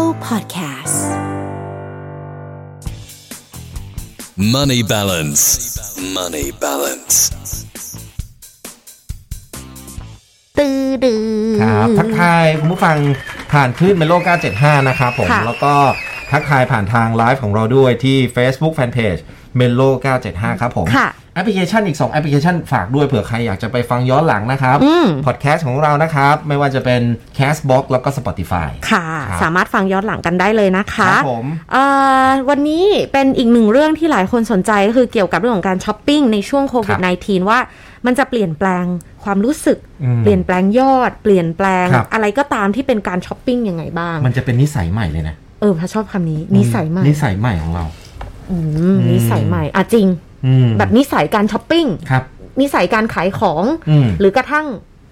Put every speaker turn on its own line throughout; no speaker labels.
Podcasts.
Money balance. Money balance.
ตื้อดือ
ครับทักทายคุณผู้ฟังผ่านคลื่นเมโล975 นะครับผม
ค่ะ
แล้วก็ทักทายผ่านทางไลฟ์ของเราด้วยที่ Facebook Fanpage เมโล975 ครับผม
ค่ะ
แอปพลิเคชันอีก 2 แอปพลิเคชันฝากด้วยเผื่อใครอยากจะไปฟังย้อนหลังนะครับ
อืม
พอดแคสต์ของเรานะครับ ไม่ว่าจะเป็น Castbox แล้วก็ Spotify
ค่ะ
ครับ
สามารถฟังย้อนหลังกันได้เลยนะคะ
ครับผม
เอ่อวันนี้เป็นอีกหนึ่งเรื่องที่หลายคนสนใจก็คือเกี่ยวกับเรื่องของการช้อปปิ้งในช่วงโควิด -19 ว่ามันจะเปลี่ยนแปลงความรู้สึก
อืม
เปลี่ยนแปลงยอด เปลี่ยนแปลง
ครับ
อะไรก็ตามที่เป็นการช้อปปิ้งยังไงบ้าง
มันจะเป็นนิสัยใหม่เลยนะ
เออพระชอบคำนี้ นิสัยใหม่
นิสัยใหม่ของเรา
อืมนิสัยใหม่อ่ะจริง
อืม
แบบนิสัยการช้อปปิ้ง
ครับ
นิสัยการขายของ
อืม
หรือกระทั่ง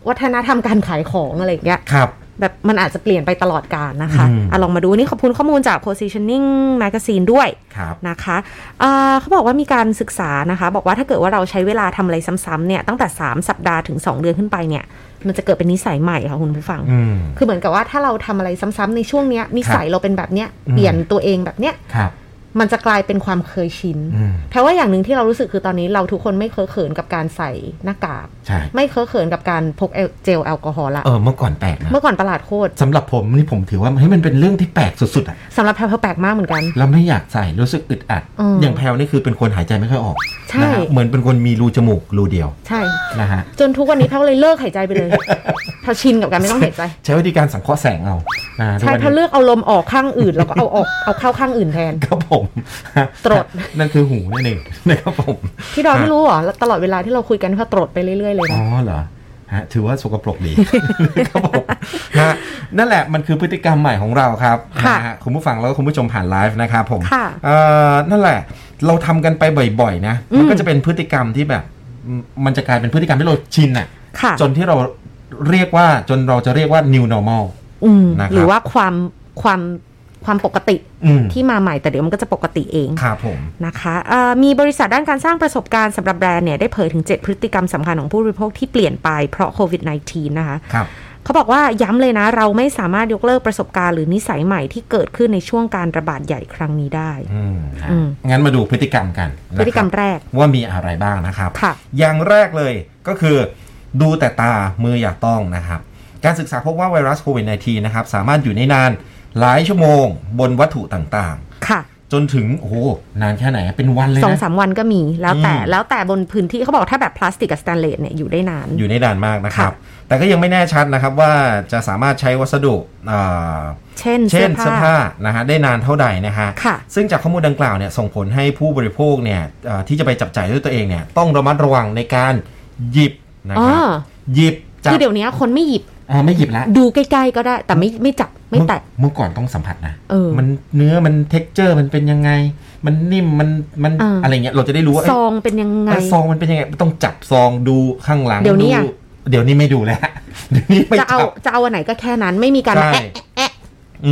วัฒนธรรมการขายของอะไรอย่างเงี้ย
ครับ
แบบมันอาจจะเปลี่ยนไปตลอดการนะคะ
อืม
อะลองมาดูนี่ขอบคุณข้อมูลจาก positioning magazine ด้วย
ครับ
นะคะเอ่อเขาบอกว่ามีการศึกษานะคะ บอกว่าถ้าเกิดว่าเราใช้เวลาทำอะไรซ้ำๆเนี่ยตั้งแต่ 3 สัปดาห์ถึง 2 เดือนขึ้นไปเนี่ย มันจะเกิดเป็นนิสัยใหม่ค่ะคุณผู้ฟัง
อืม
คือเหมือนกับว่าถ้าเราทำอะไรซ้ำๆในช่วงเนี้ยนิสัยเราเป็นแบบเนี้ย
อืม
เปลี่ยนตัวเองแบบเนี้ย
ครับ
มันจะกลายเป็นความเคยชิน
อืม
แปลว่าอย่างหนึ่งที่เรารู้สึกคือตอนนี้เราทุกคนไม่เคอะเขินกับการใส่หน้ากาก
ใช่
ไม่เคอะเขินกับการพกแอลเจลแอลกอฮอล์ละ
เออเมื่อก่อนแปลกนะ
เมื่อก่อนประหลาดโคตร
สำหรับผมนี่ผมถือว่าเฮ้ยมันเป็นเรื่องที่แปลกสุดๆอะ
สำหรับแพลแปลกมากเหมือนกัน
แล้วไม่อยากใส่รู้สึกอึดอัด
อืม
อย่างแพลวนี่คือเป็นคนหายใจไม่ค่อยออก
ใช่
นะฮะเหมือนเป็นคนมีรูจมูกรูเดียว
ใช่
นะฮะ
จนทุกวันนี้แพลเลยเลิกหายใจไป เลยแพลชินกับการไม่ต้องหายใจ
ใช้วิธีการสังเคราะห์แสงเอานะฮะ
ใช่
ทุกวันนี้
ถ้าเลือกเอาลมออกข้างอื่น แล้วก็เอาออก เอาเข้าข้างอื่นแทน
ครับผม
ตรด
นั่นคือหูนั่นเองนะครับผม
พี่ดอยไม่รู้เหรอตลอดเวลาที่เราคุยกันพี่ตรดไปเรื่อยๆเลย
อ๋อ
นะ
เหรอฮะถือว่าสกปรก ดี ครับผมนะฮะนั่นแหละมันคือพฤติกรรมใหม่ของเราครับ
ค่ะ
นฮคุณผู้ฟังแล้วก็คุณผู้ชมผ่านไลฟ์นะครับผม
ค่ะ
เอ่อนั่นแหละ เราทำกันไปบ่อยๆนะมันก็
อืม
จะเป็นพฤติกรรมที่แบบ มันจะกลายเป็นพฤติกรรมที่เราชินอะ
ค่ะ
จนที่เราเรียกว่าจนเราจะเรียกว่า new normal
อืม
นะครับ
หรือว่าความความความปกติ
อืม
ที่มาใหม่แต่เดี๋ยวมันก็จะปกติเอง
ครับผม
นะคะเอ่อมีบริษัทด้านการสร้างประสบการณ์สำหรับแบรนด์เนี่ยได้เผยถึง 7 พฤติกรรมสำคัญของผู้บริโภคที่เปลี่ยนไปเพราะโควิด -19 นะคะ
ครับ
เขาบอกว่าย้ำเลยนะ เราไม่สามารถยกเลิกประสบการณ์หรือนิสัยใหม่ที่เกิดขึ้นในช่วงการระบาดใหญ่ครั้งนี้ได้
อืมฮะ
อืม
งั้นมาดูพฤติกรรมกัน
พฤติกรรม
นะคบ
แรก
ว่ามีอะไรบ้างนะครับ
ค่ะ
อย่างแรกเลยก็คือ ดูแต่ตามืออย่าต้องนะครับ การศึกษาพบว่าไวรัสโควิด -19 นะครับ สามารถอยู่ในนานหลายชั่วโมงบนวัตถุต่าง
ค่ะ
ๆ จนถึง โอ้โห นานแค่ไหนอะเป็นวันเลย
สอง
นะ
สามวันก็มีแล้วแต่
อืม
แล้วแต่บนพื้นที่เขาบอกถ้าแบบพลาสติกกับสแตนเลสเนี่ยอยู่ได้นาน
อยู่ในด่านมากนะครับ
ค่ะ
แต่ก็ยังไม่แน่ชัดนะครับว่าจะสามารถใช้วัสดุอ่า
เช่น
เช่
เสื้
น
อ
เสื้อ
ผ้า
ผ้านะฮะได้นานเท่าใดนะฮะ
ค่ะ
ซึ่งจากข้อมูลดังกล่าวเนี่ยส่งผลให้ผู้บริโภคเนี่ยเอ่อที่จะไปจับจ่ายด้วยตัวเองเนี่ยต้องระมัดระวังในการหยิบนะ
อ๋อ
ครับหยิบจับ
คือเดี๋ยวนี้คนไม่หยิบ
อ่าไม่หยิบละ
ดูใกล้ๆก็ได้ แต่ไม่ไม่จับไม่แตะ
เอเมื่อก่อนต้องสัมผัสนะ
เออ
มันเนื้อมันเท็กเจอร์มันเป็นยังไง มันนิ่มมันมัน
อ่า
อะไรเงี้ยเราจะได้รู้ว่า
ซองเป็นยังไง
เอ้ยเอ้ยซองมันเป็นยังไงต้องจับซองดูข้างหลัง
เดี๋ยวนี้อะ
เดี๋ยวนี้ไม่ดูแล้ว เดี๋ยวนี้ไม่
จะเอา
จับ
จะเอาอันไหนก็แค่นั้นไม่มีการ
ใช่
แอะแอะ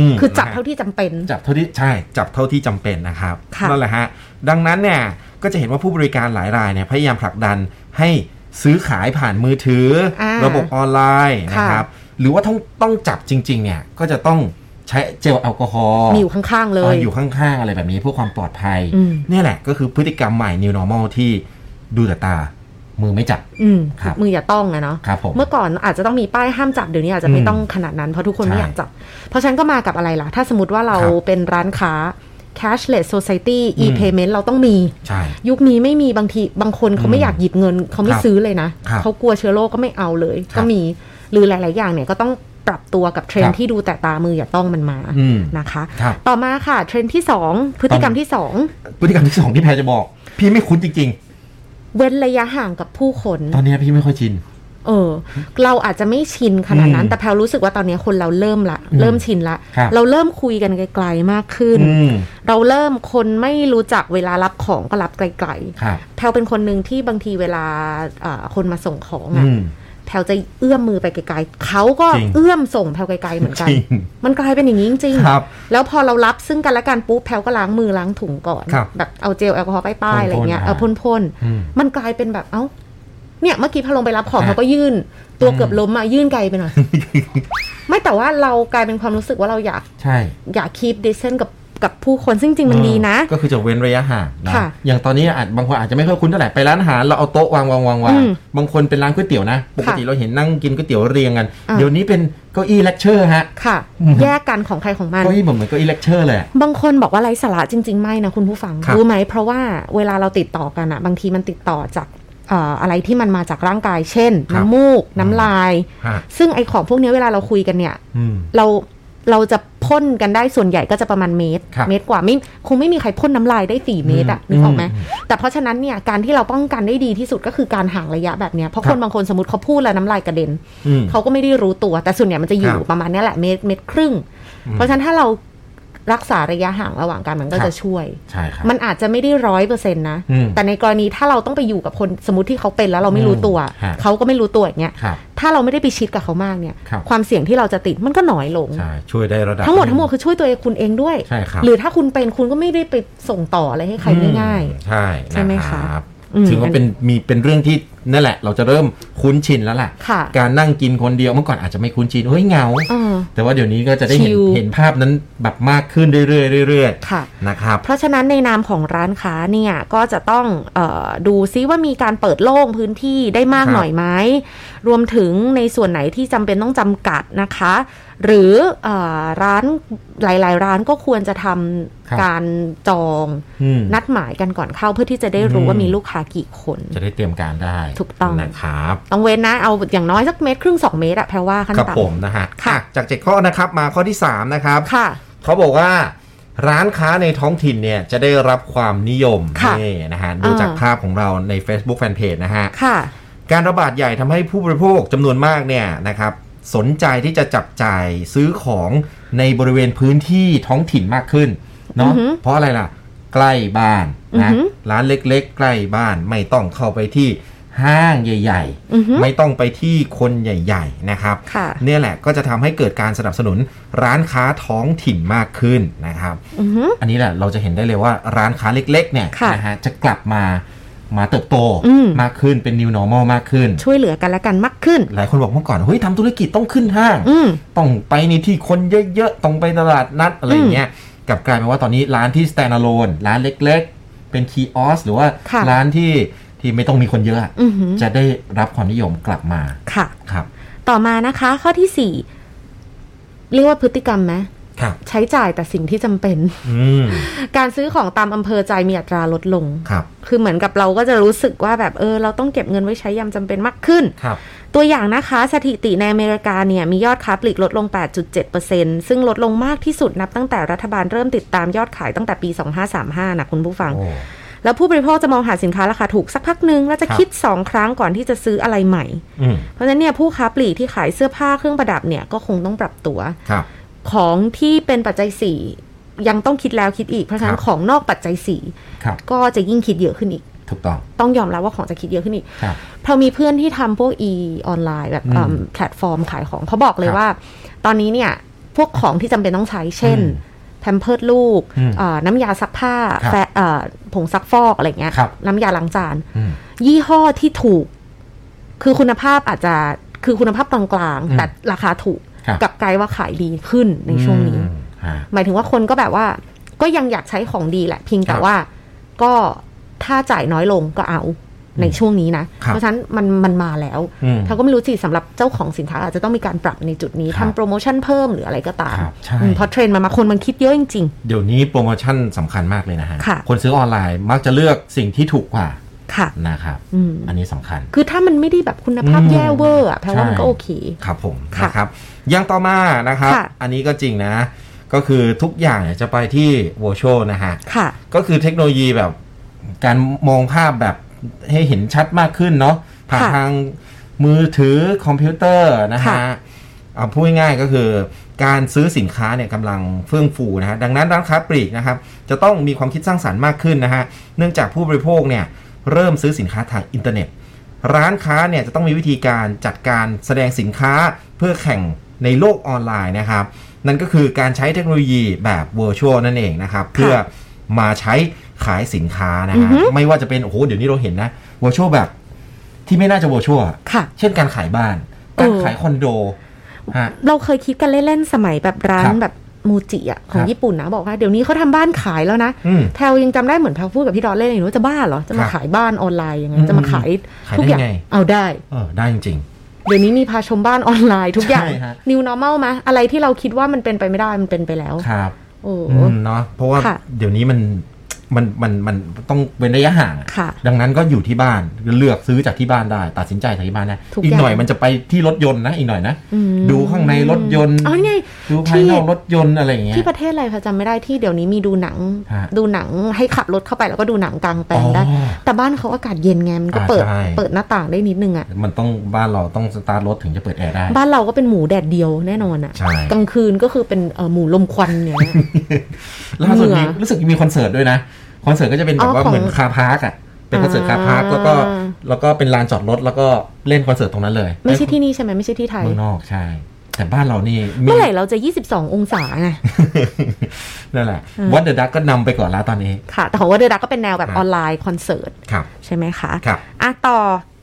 ม
คือจับ
นะฮะ
เท่าที่จำเป็น
จับเท่าที่ใช่จับเท่าที่จำเป็นนะครับ
ค่ะ
นั่นแหละฮะดังนั้นเนี่ยก็จะเห็นว่าผู้บริการหลายรายเนี่ยพยายามผลักดันให้ซื้อขายผ่านมือถือ
อ่า
ระบบออนไลน์
ค่ะ
นะครับหรือว่าต้องต้องจับจริงๆเนี่ยก็จะต้องใช้เจลแอลกอฮอล์
มีอยู่ข้างๆเลย
อ่าอยู่ข้างๆอะไรแบบนี้เพื่อความปลอดภัย
อืม
เนี่ยแหละก็คือพฤติกรรมใหม่ new normal ที่ดูแต่ตามือไม่จับ
อืม
ครับ
มืออย่าต้องนะเนาะ
ครับผม
เมื่อก่อนอาจจะต้องมีป้ายห้ามจับเดี๋ยวนี้อาจจะไม่
อืม
ต้องขนาดนั้นเพราะทุกคนไม่อ
ใช่
ยากจับ เพราะฉะนันก็มากับอะไรล่ะ ถ้าสมมติว่าเรา
ครับ
เป็นร้านค้า cashless society
อืม
e-payment เราต้องมี
ใช่
ยุคนี้ไม่มีบางทีบางคนเขาไม่
อืม
อยากหยิบเงินเขาไม่
ครับ
ซื้อเลยนะครับ เขากลัวเชื้อโรคก็ไม่เอาเลย
ครับ
ก็มีหรือหลาย ๆ อย่างเนี่ยก็ต้องปรับตัวกับเทรน
ครั
ด์
บ
ที่ดูแต่ตามืออย่าต้องมันมา
อืม
นะคะ
ครับ
ต่อมาค่ะเทรนด์ที่สองพฤติกรรม
ต้อง
ที่สอง
พฤติกรรมที่สองที่แพรจะบอก พี่ไม่คุ้นจริง
เว้นระยะห่างกับผู้คน
ๆ ตอนเนี้ยพี่ไม่ค่อยชิน
เออเราอาจจะไม่ชินขนาดนั้น
อืม
แต่แพลรู้สึกว่าตอนนี้คนเราเริ่มละ
อืม
เริ่มชินละ
ครับ
เราเริ่มคุยกันไกล ๆ มากขึ้น
อืม
เราเริ่มคนไม่รู้จักเวลารับของก็รับไกล ๆ
ครับ
แพลวเป็นคนหนึ่งที่บางทีเวลาเอ่อคนมาส่งของอะ
อืม
แพลวจะเอื้อมมือไปไกลๆเขาก็
จริง
เอื้อมส่งแพลวไกลๆเหมือนกัน
จริง
มันกลายเป็นอย่างนี้จริงๆ
ครับ
แล้วพอเรารับซึ่งกันและกันปุ๊บแพลวก็ล้างมือล้างถุงก่อน
ครับ
แบบเอาเจลแอลกอฮอล์ป้ายๆอะไรเงี้ย
พ่นๆ
เออพ่น
อืม
ๆมันกลายเป็นแบบเอ้าเนี่ยเมื่อกี้พอลงไปรับของ
อ่ะ
เขาก็ยื่น ตัว
อืม
เกือบล้มอ่ะยื่นไกลไปหน่อย ไม่แต่ว่าเรากลายเป็นความรู้สึกว่าเราอยาก
ใช่
อยากคีบดิสเซนกับกับผู้คนซึ่งจริงๆมันดีนะ
ก็คือจะเว้นระยะห่างนะ
ค่ะ
อย่างตอนนี้อาจบางคนอาจจะไม่ค่อยคุ้นเท่าไหร่ไปร้านอาหารเราเอาโต๊ะวางวางวางวา
อื
ง
ม
บางคนเป็นร้านก๋วยเตี๋ยวนะ ปกติเราเห็นนั่งกินก๋วยเตี๋ยวเรียงกัน
อ่า
เดี๋ยวนี้เป็นเก้าอี้เลคเชอร์ฮะ
ค่ะ
อืม
แยกกันของใครของมัน
เก้าอี้เหมือนเก้าอี้เลคเชอร์เลยอะ
บางคนบอกว่าไร้สาระจริง ๆ ไม่นะคุณผู้ฟัง
ครับ
ไหมเพราะว่าเวลาเราติดต่อกันอะบางทีมันติดต่อจากเอ่ออะไรที่มันมาจากร่างกาย เช่น น้ำมูก น้ำลาย
ฮะ
ซึ่งไอของพวกเนี้ยเวลาเราคุยกันเนี่ย
อืม
เราเราจะพ่นกันได้ส่วนใหญ่ก็จะประมาณเมตร
ครับ
เมตรกว่าไม่คงไม่มีใครพ่นน้ำลายได้สี่เมตรอะ
อืม
นึกออกไหม
อืม
แต่เพราะฉะนั้นเนี่ยการที่เราป้องกันได้ดีที่สุดก็คือการห่างระยะแบบเนี้ยเพราะ
ครั
ค
บ
นบางคนสมมติเขาพูดแล้วน้ำลายกระเด็น
อืม
เขาก็ไม่ได้รู้ตัวแต่ส่วนใหญ่มันจะอยู่
ครับ
ประมาณเนี้ยแหละเมตรเมตรครึ่ง
อืม
เพราะฉะนั้นถ้าเรารักษาระยะห่างระหว่างกันมันก็
ครับ
จะช่วย
ใช่ครับ
มันอาจจะไม่ได้ร้อยเปอร์เซ็นต์นะ
อืม
แต่ในกรณีถ้าเราต้องไปอยู่กับคนสมมติที่เขาเป็นแล้วเราไม่รู้ตัว
อืมฮะ
เขาก็ไม่รู้ตัวอย่างเงี้ย
ครับ
ถ้าเราไม่ได้ไปชิดกับเขามากเนี่ย
ครับ
ความเสี่ยงที่เราจะติดมันก็น้อยลง
ใช่ช่วยได้ระดับ
ทั้งหมด
นึ่
ทั้งมวลคือช่วยตัวเองคุณเองด้วย
ใช่ครับ
หรือถ้าคุณเป็นคุณก็ไม่ได้ไปส่งต่ออะไรให้ใครง่าย
อืมใช่
ใช่ไหมคะ
รับ
อืม
ถือว่าเป็นมีเป็นเรื่องที่นั่นแหละ เราจะเริ่มคุ้นชินแล้วล่ะ
ค่ะ
การนั่งกินคนเดียวเมื่อก่อนอาจจะไม่คุ้นชินเฮ้ยเหงา
ๆเออ
แต่ว่าเดี๋ยวนี้ก็จะได้เห็
ชิ
น
ล
เห็นภาพนั้นแบบมากขึ้นเรื่อยๆเรื่อย
ค่ะ
ๆนะครับ
เพราะฉะนั้นในนามของร้านค้าเนี่ยก็จะต้องเออดูซิว่ามีการเปิดโล่งพื้นที่ได้มาก
ครับ
หน่อยไหมรวมถึงในส่วนไหนที่จำเป็นต้องจำกัดนะคะ หรือเออร้านหลาย ๆ ร้านก็ควรจะทำ
ครับ
การจอง
อืม
นัดหมายกันก่อนเข้าเพื่อที่จะได้รู้
อืม
ว่ามีลูกค้ากี่คน
จะได้เตรียมการได้
ถูกต้อง
นะครับ
ต้องเว้นนะเอาอย่างน้อยสักเมตรครึ่งสองเมตรอะแพรว่าขั้น
ครับ
ต่
ผมนะฮะ
ค่ะ
อ่จากเจ็ดข้อนะครับมาข้อที่ 3 นะครับ
ำค่ะ
เขาบอกว่าร้านค้าในท้องถิ่นเนี่ยจะได้รับความนิยม
ค่ะ
นี่นะฮะดูจาก
อ่า
ภาพของเราใน Facebook Fanpage นะฮะ
ค่ะ
การระบาดใหญ่ทำให้ผู้บริโภคจำนวนมากเนี่ยนะครับสนใจที่จะจับจ่ายซื้อของในบริเวณพื้นที่ท้องถิ่นมากขึ้นเนาะ
อือหือ
เพราะอะไรล่ะ ใกล้บ้าน
อื
นะ
อหือ
ร้านเล็กๆ ใกล้บ้านไม่ต้องเข้าไปที่ห้างใหญ่
อือฮึ
ๆ ไม่ต้องไปที่คนใหญ่ๆนะครับ
ค่ะ
เนี่ยแหละก็จะทำให้เกิดการสนับสนุนร้านค้าท้องถิ่นมากขึ้นนะครับ
อือฮึ
อันนี้แหละเราจะเห็นได้เลยว่าร้านค้าเล็กๆเนี่ย
ค่ะ
นะฮะจะกลับมามาเติบโต
อืม
มากขึ้นเป็น new normal มากขึ้น
ช่วยเหลือกันและกันมากขึ้น
หลายคนบอกเมื่อก่อนเฮ้ยทำธุรกิจต้องขึ้นห้าง
อืม
ต้องไปในที่คนเยอะๆ ต้องไปตลาดนัดอะไรอย่างเงี้ยกลับกลายเป็นว่าตอนนี้ร้านที่ standalone ร้านเล็กๆ เป็นคีออสหรือว่า
ค่ะ
ร้านที่ที่ไม่ต้องมีคนเยอะอะ
อือฮึ
จะได้รับความนิยมกลับมา
ค่ะ
ครับ
ต่อมานะคะข้อที่สี่เรียกว่าพฤติกรรมไหม
ครับ
ใช้จ่ายแต่สิ่งที่จำเป็น
อืม
การซื้อของตามอำเภอใจมีอัตราลดลง
ครับ
คือเหมือนกับเราก็จะรู้สึกว่าแบบเออ เราต้องเก็บเงินไว้ใช้ยามจำเป็นมากขึ้น
ครับ
ตัวอย่างนะคะสถิติในอเมริกาเนี่ยมียอดค้าปลีกลดลง 8.7%ซึ่งลดลงมากที่สุดนับตั้งแต่รัฐบาลเริ่มติดตามยอดขายตั้งแต่ปี 2535นะคุณผู้ฟัง
โอ้
แล้วผู้บริโภคจะมองหาสินค้าราคาถูกสักพักหนึ่งแล้วจะ
ครับ
คิดสองครั้งก่อนที่จะซื้ออะไรใหม่
อืม
เพราะฉะนั้นเนี่ยผู้ค้าปลีกที่ขายเสื้อผ้าเครื่องประดับเนี่ยก็คงต้องปรับตัว
ครับ
ของที่เป็นปัจจัยสี่ยังต้องคิดแล้วคิดอีก เพราะฉะนั้
คน รับ
ของนอกปัจจัยสี่
ครับ
ก็จะยิ่งคิดเยอะขึ้นอีก
ถูกต้อง
ต้องยอมรับว่าของจะคิดเยอะขึ้นอีก
ครับ
เรามีเพื่อนที่ทำพวก e ออนไลน์แบบ
อืม
เอิ่มแพลตฟอร์มขายของเขาบอกเลย
ครับ
ว่า ตอนนี้เนี่ย พวกของที่จำเป็นต้องใช้เช่น
อืม
แพมเพิร์ดลูก
อืม
เอ่อน้ำยาซักผ้า
ครับ
แฟเอ่อผงซักฟอกอะไรเงี้ย
ครับ
น้ำยาล้างจาน
อืม
ยี่ห้อที่ถูก คือคุณภาพอาจจะคือคุณภาพกลาง
อื
ๆ
ม
แต่ราคาถูก
ครับ
กลับกลายว่าขายดีขึ้นในช่วงนี้
อืมฮะ
หมายถึงว่าคนก็แบบว่า ก็ยังอยากใช้ของดีแหละเพียงแต่
ครับ
ว่าก็ถ้าจ่ายน้อยลงก็เอาในช่วงนี้นะ
ครับ
เพราะฉะนั้นมันมันมาแล้ว
อืม
เขาก็ไม่รู้สิสำหรับเจ้าของสินค้าอาจจะต้องมีการปรับในจุดนี้
ครั
ทำ
บ
โปรโมชั่นเพิ่มหรืออะไรก็ตาม
ครับใช่
อืมเพราะเทรนด์มันมาคนมันคิดเยอะจริง
เดี๋ยวนี้โปรโมชั่นสำคัญมากเลยนะฮะ
ค่ะ
คนซื้อออนไลน์มักจะเลือกสิ่งที่ถูกกว่า
ๆ ค่ะ
นะครับ
อืม
อันนี้สำคัญ
คือถ้ามันไม่ได้แบบคุณภาพแย่เวอร์อะแปลว่ามันก็โอเค
ครับผม
ค่ะ
นะครับอย่างต่อมานะครับ
ค่ะ
อันนี้ก็จริงนะ ก็คือทุกอย่างเนี่ยจะไปที่ virtual นะฮะ
ค่ะ
ก็คือเทคโนโลยีแบบการมองภาพแบบให้เห็นชัดมากขึ้นเนาะผ่าน
ค่ะ
ทางมือถือคอมพิวเตอร์นะฮะ
ค่ะ
เอาพูดง่ายๆก็คือ การซื้อสินค้าเนี่ยกำลังเฟื่องฟูนะฮะดังนั้นร้านค้าปลีกนะครับจะต้องมีความคิดสร้างสารรค์มากขึ้นนะฮะเนื่องจากผู้บริโภคเนี่ยเริ่มซื้อสินค้าทางอินเทอร์เน็ต ร้านค้าเนี่ยจะต้องมีวิธีการจัดการแสดงสินค้าเพื่อแข่งในโลกออนไลน์นะครับ นั่นก็คือการใช้เทคโนโลยีแบบ virtual นั่นเองนะครับ เพื่อ มาใช้ขายสินค้านะ
อือ
ฮะ
ฮึ
ไม่ว่าจะเป็นโอ้โหเดี๋ยวนี้เราเห็นนะวัวชั่วแบบที่ไม่น่าจะวัวชั่ว
ค่ะ
เช่นการขายบ้าน การ
เออ
ขายคอนโด ฮะ
เราเคยคิดกันเล่นๆสมัยแบบร้าน
ครับ
แบบมูจิอ่ะขอ
ค
ง
รับ
ญี่ปุ่นนะบอกว่าเดี๋ยวนี้เขาทำบ้านขายแล้วนะ
อืม
แพลวยังจำได้เหมือนแพลวพูดกับพี่ดอนเล่นเลยว่าจะบ้าเหรอจะมา
ครับ
ขายบ้านออนไลน์ยังไง
อืม
จะมาขาย
ขาย
ทุก
ได้
อย่าง
ไง
เอาได้
เออได้จริง
เดี๋ยวนี้มีพาชมบ้านออนไลน์ทุกอย่าง
ใช่ฮะ
new normal มะอะไรที่เราคิดว่ามันเป็นไปไม่ได้มันเป็นไปแล้ว
ๆครับ
โอ้
อืมเนาะเพราะว่า
ค่ะ
เดี๋ยวนี้มันมันมันมันต้องเว้นระยะห่างอะ
ค่ะ
ดังนั้นก็อยู่ที่บ้านเลือกซื้อจากที่บ้านได้ ตัดสินใจจากที่บ้านได้
ทุก
อีก
อย่าง
หน่อยมันจะไปที่รถยนต์นะอีกหน่อยนะ
อืม
ดูข้างในรถยนต์
อ๋อไง
ดูภายนอกรถยนต์อะไรอย่างเงี้ย
ที่ประเทศอะไรคะจำไม่ได้ที่เดี๋ยวนี้มีดูหนัง
ฮะ
ดูหนังให้ขับรถเข้าไปแล้วก็ดูหนังกลางแปลงได้
อ๋อ
แต่บ้านเขาอากาศเย็นไงมันก็
อ่า
เปิด
ใช่
เปิดหน้าต่างได้นิดนึงอะ
มันต้องบ้านเราต้องสตาร์ทรถถึงจะเปิดแอร์ได้
บ้านเราก็เป็นหมูแดดเดียวแน่นอนอะ
ใช่
กลางคืนก็คือเป็นเอ่อหมูลมควันเนี่ย
ล่าสุดมี
เหงื่อ
รู้สึกมีคอนเสิร์ตด้วยนะ คอนเสิร์ตก็จะเป็นแบ
อ๋
บ
อ
ว่า
ของ
เหมือนคาร์พาร์กอ่ะ เป็นคอนเสิร์ตคาร์พาร์ก
อ่า
แล้วก็แล้วก็เป็นลานจอดรถแล้วก็เล่นคอนเสิร์ตตรงนั้นเลย
ไม่ใช่ที่นี่ใช่ไหมไม่ใช่ที่ไทย
เมืองนอกใช่ แต่บ้านเรานี่มี
เมื่อไหร่เราจะ 22 องศา ไง
นั่นแหละ
อืม
วัดเดอะดักก็นำไปก่อนแล้วตอนนี้
ค่ะ แต่ของว่าเดอะดักก็เป็นแนวแบบ
ครับ
ออนไลน์คอนเสิร์ต
ครับ
ใช่ไหมคะ
ครับ
อ่ะต่อ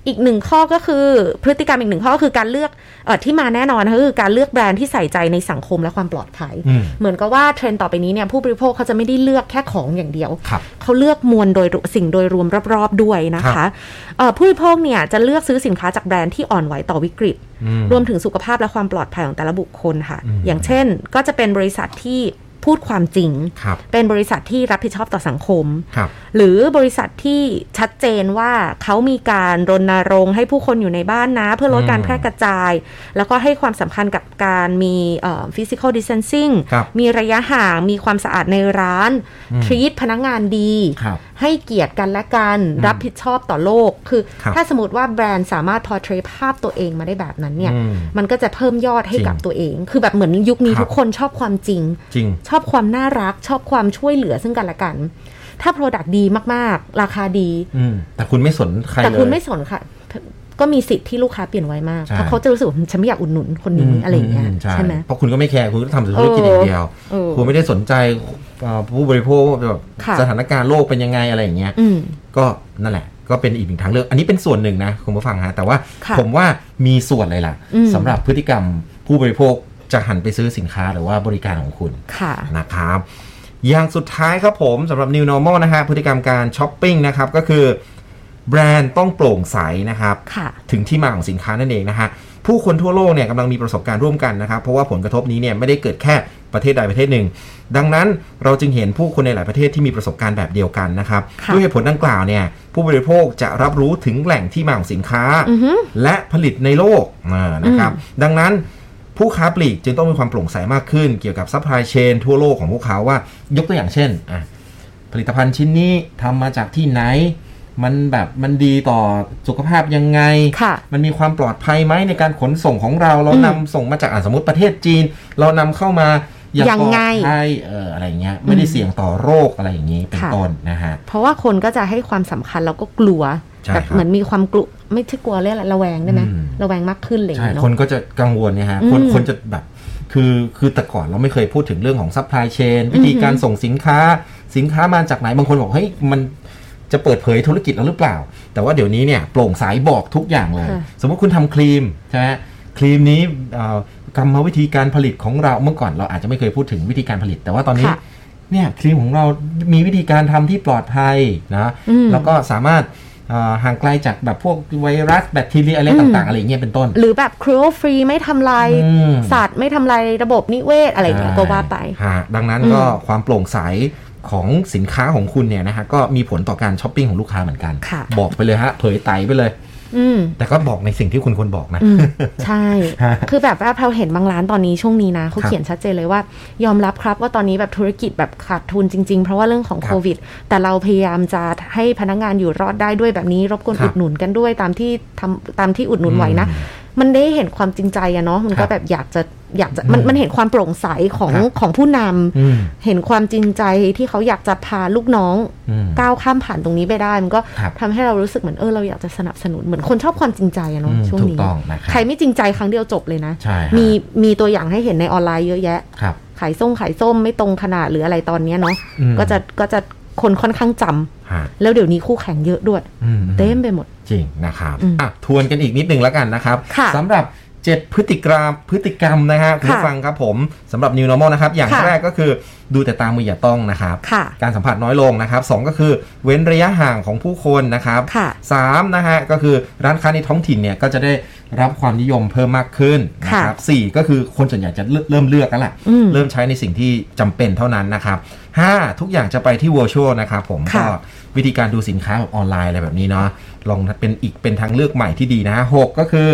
อีกหนึ่งข้อก็คือพฤติกรรมอีกหนึ่งข้อก็คือการเลือกเออที่มาแน่นอนนะคะคือการเลือกแบรนด์ที่ใส่ใจในสังคมและความปลอดภัย
อืม
เหมือนกับว่าเทรนด์ต่อไปนี้เนี่ยผู้บริโภคเขาจะไม่ได้เลือกแค่ของอย่างเดียว
ครับ
เขาเลือกมวลโดยรวมสิ่งโดยรวมรอบๆด้วยนะ
ครั
คะ
บ
เอ่อผู้บริโภคเนี่ยจะเลือกซื้อสินค้าจากแบรนด์ที่อ่อนไหวต่อวิกฤต
อืม
รวมถึงสุขภาพและความปลอดภัยของแต่ละบุคคลค่ะ
อืม
อย่างเช่นก็จะเป็นบริษัทที่พูดความจริง
ครับ
เป็นบริษัทที่รับผิดชอบต่อสังคม
ครับ
หรือบริษัทที่ชัดเจนว่าเขามีการรณรงค์ให้ผู้คนอยู่ในบ้านนะ เพื่อลดการ
อืม
แพร่กระจาย แล้วก็ให้ความสำคัญกับการมีเอ่อ physical distancing
ครับ
มีระยะห่างมีความสะอาดในร้าน
อืม
ทรีตพนักงานดี
ครับ
ให้เกียรติกันและกัน
อืม
รับผิดชอบต่อโลก คือ
ครับ
ถ้าสมมติว่าแบรนด์สามารถพอเทรภาพตัวเองมาได้แบบนั้นเนี่ย
อืม
มันก็จะเพิ่มยอดให้
จริง
กับตัวเอง คือแบบเหมือนยุคนี้
ครับ
ทุกคนชอบความจริง
จริง
ชอบความน่ารักชอบความช่วยเหลือซึ่งกันและกัน ถ้า Product ดีมาก ๆ ราคาดี
อืมแต่คุณไม่สนใครเลย
แต่คุณไม่สนค่ะ ก็มีสิทธิ์ที่ลูกค้าเปลี่ยนไวมาก
ใช่
เพราะเขาจะรู้สึกว่าฉันไม่อยากอุดหนุนคนนี้
ม
อะไรอย่างเงี้ย
มใช่
ใช่ไหม
เพราะคุณก็ไม่แคร์คุณก็ทำแต่ธุรกิจอย่างเดียว
เออเออ
คุณไม่ได้สนใจเอ่อผู้บริโภคว่าแบบ
ค่ะ
สถานการณ์โลกเป็นยังไงอะไรอย่างเงี้ย
อืม
ก็นั่นแหละ ก็เป็นอีกหนึ่งทางเลือก อันนี้เป็นส่วนหนึ่งนะคุณผู้ฟังฮะ แต่ว่า
ค่ะ
ผมว่ามีส่วนเลยล่ะ
อืม
สำหรับพฤติกรรมผู้บริโภคจะหันไปซื้อสินค้าหรือว่าบริการของคุณ
ค่ะ
นะครับอย่างสุดท้ายครับผมสำหรับ New Normal นะฮะพฤติกรรมการช้อปปิ้งนะครับ ก็คือ แบรนด์ต้องโปร่งใสนะครับ
ค่ะ
ถึงที่มาของสินค้านั่นเองนะฮะผู้คนทั่วโลกเนี่ยกำลังมีประสบการณ์ร่วมกันนะครับ เพราะว่าผลกระทบนี้เนี่ยไม่ได้เกิดแค่ประเทศใดประเทศหนึ่ง ดังนั้นเราจึงเห็นผู้คนในหลายประเทศที่มีประสบการณ์แบบเดียวกันนะครับ
ค่ะ
ด้วยเหตุผลดังกล่าวเนี่ยผู้บริโภคจะรับรู้ถึงแหล่งที่มาของสินค้า
อือฮึ
และผลิตในโลกอ่านะครับ ดังนั้นผู้ค้าปลีกจึงต้องมีความโปร่งใสมากขึ้นเกี่ยวกับซัพพลายเชนทั่วโลกของพวกเขาว่ายกตัวอย่างเช่นอ่ะ ผลิตภัณฑ์ชิ้นนี้ทำมาจากที่ไหน มันแบบมันดีต่อสุขภาพยังไง
ค่ะ
มันมีความปลอดภัยไหมในการขนส่งของเรา เรา
อืม
นำส่งมาจากอ่ะสมมติประเทศจีน เรานำเข้ามาอย่าง
ยัง
ปลอด
ไง
ภัยเอออะไรอย่างเงี้ย ไม่ได้
อืม
เสี่ยงต่อโรคอะไรอย่างนี้เป็น
ค่ะ
ต้นนะฮะ
เพราะว่าคนก็จะให้ความสำคัญแล้วก็กลัว
ใช่
แบบ
ครับ
เหมือนมีความกลัวไม่ใช่กลัวเรียกอะไรระแวงได้ไหม
อืม
ระแวงมากขึ้นอะไรอย่าง
ใช่
เลยเนาะ
คนก็จะกังวลเนี่ยฮะ คน
อืม
คนจะแบบ คือ คือแต่ก่อนเราไม่เคยพูดถึงเรื่องของซัพพลายเชนวิธีการส่งสินค้า สินค้ามาจากไหน บางคนบอก เฮ้ย มันจะเปิดเผยธุรกิจแล้วหรือเปล่า แต่ว่าเดี๋ยวนี้เนี่ย โปร่งใสบอกทุกอย่างเลย
ค่ะ
สมมติคุณทำครีม ใช่ไหมครีมนี้เอ่อกรรมวิธีการผลิตของเรา เมื่อก่อนเราอาจจะไม่เคยพูดถึงวิธีการผลิต แต่ว่าตอนนี้
ค่ะ
เนี่ยครีมของเรามีวิธีการทำที่ปลอดภัยนะ
อืม
แล้วก็สามารถเอ่อห่างไกลจากแบบพวกไวรัสแบคทีเรียอะไรต่างๆ อะไรอย่างเงี้ยเป็นต้น
หรือแบบครูฟรีไม่ทำลาย
อืม
สัตว์ไม่ทำลายระบบนิเวศอะไรอย่างเงี้ยก็ว่าไป
ฮะดังนั้นก็ความโปร่งใสของสินค้าของคุณเนี่ยนะฮะก็มีผลต่อการช้อปปิ้งของลูกค้าเหมือนกัน
ค่ะ
บอกไปเลยฮะเผยไตไปเลย
อืม
แต่ก็บอกในสิ่งที่คุณควรบอกนะ
อืมใช่
ฮะ
คือแบบว่าเราเห็นบางร้านตอนนี้ช่วงนี้นะเขา
ครับ
เขียนชัดเจนเลยว่า ยอมรับครับว่าตอนนี้แบบธุรกิจแบบขาดทุนจริง ๆ เพราะว่าเรื่องของ
ครับ
โควิด แต่เราพยายามจะให้พนักงานอยู่รอดได้ด้วยแบบนี้ รบกวน
ครับ
อุดหนุนกันด้วยตามที่ทำตามที่อุดหนุน
อืม
ไหวนะ มันได้เห็นความจริงใจอะเนาะมัน
ครั
ก็
บ
แบบอยากจะอยากจะมัน
อืม
มันเห็นความโปร่งใสของ
ครับ
ของผู้นำ
อืม
เห็นความจริงใจที่เขาอยากจะพาลูกน้อง
อืม
ก้าวข้ามผ่านตรงนี้ไปได้ มันก็
ครับ
ทำให้เรารู้สึกเหมือนเออเราอยากจะสนับสนุนเหมือนคนชอบความจริงใจอะเนาะ
อืม
ช่วง
ถูก
นี้
ต้องนะครับ
ใครไม่จริงใจครั้งเดียวจบเลยนะ
ใช่ฮะ
มีมีตัวอย่างให้เห็นในออนไลน์เยอะแยะ
ครับ
ขายส้มขายส้มไม่ตรงขนาดหรืออะไรตอนเนี้ยเนาะ
อืม
ก็จะก็จะคนค่อนข้างจำ
ฮะ
แล้วเดี๋ยวนี้คู่แข่งเยอะด้วย
อืม
เต็มไปหมด
จริงนะครับ
อืม
อ่ะทวนกันอีกนิดนึงแล้วกันนะครับ
ค่ะ
สำหรับ 7 พฤติกรรมพฤติกรรมนะฮะคุณผู้
ค่ะ
ฟังครับผมสำหรับ New Normal นะครับ อย่าง
ค่ะ
แรกก็คือดูแต่ตามืออย่าต้องนะครับ
ค่ะ
การสัมผัสน้อยลงนะครับสองก็คือเว้นระยะห่างของผู้คนนะครับ
ค่ะ
สามนะฮะก็คือร้านค้าในท้องถิ่นเนี่ยก็จะได้รับความนิยมเพิ่มมากขึ้นนะครับสี่ก็คือคนส่วนใหญ่จะเริ่มเลือกกันแหละ
อืม
เริ่มใช้ในสิ่งที่จำเป็นเท่านั้นนะครับห้าทุกอย่างจะไปที่ virtual นะครับผม
ค่ะ
ก็วิธีการดูสินค้าแบบออนไลน์อะไรแบบนี้เนาะลองเป็นอีกเป็นทางเลือกใหม่ที่ดีนะฮะหกก็คือ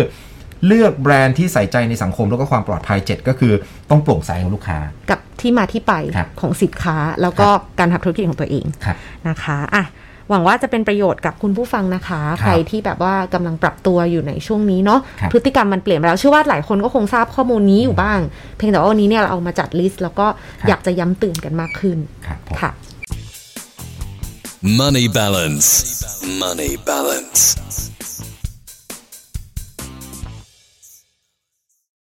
เลือกแบรนด์ที่ใส่ใจในสังคมแล้วก็ความปลอดภัยเจ็ดก็คือต้องโปร่งใสของลูกค้า
กับที่มาที่ไป
ครับ
ของสินค้าแล้วก็การทำธุรกิจของตัวเอง
ครับ
นะคะอ่ะหวังว่าจะเป็นประโยชน์กับคุณผู้ฟังนะคะ ใครที่แบบว่ากำลังปรับตัวอยู่ในช่วงนี้เนาะ
ครับ
พฤติกรรมมันเปลี่ยนไปแล้ว เชื่อว่าหลายคนก็คงทราบข้อมูลนี้อยู่บ้าง เพียงแต่ว่าวันนี้เนี่ยเราเอามาจัดลิสต์ แล้วก็
ครับ
อยากจะย้ำเตือนกันมากขึ้น
ครับผม
ค่ะ
Money balance. Money balance.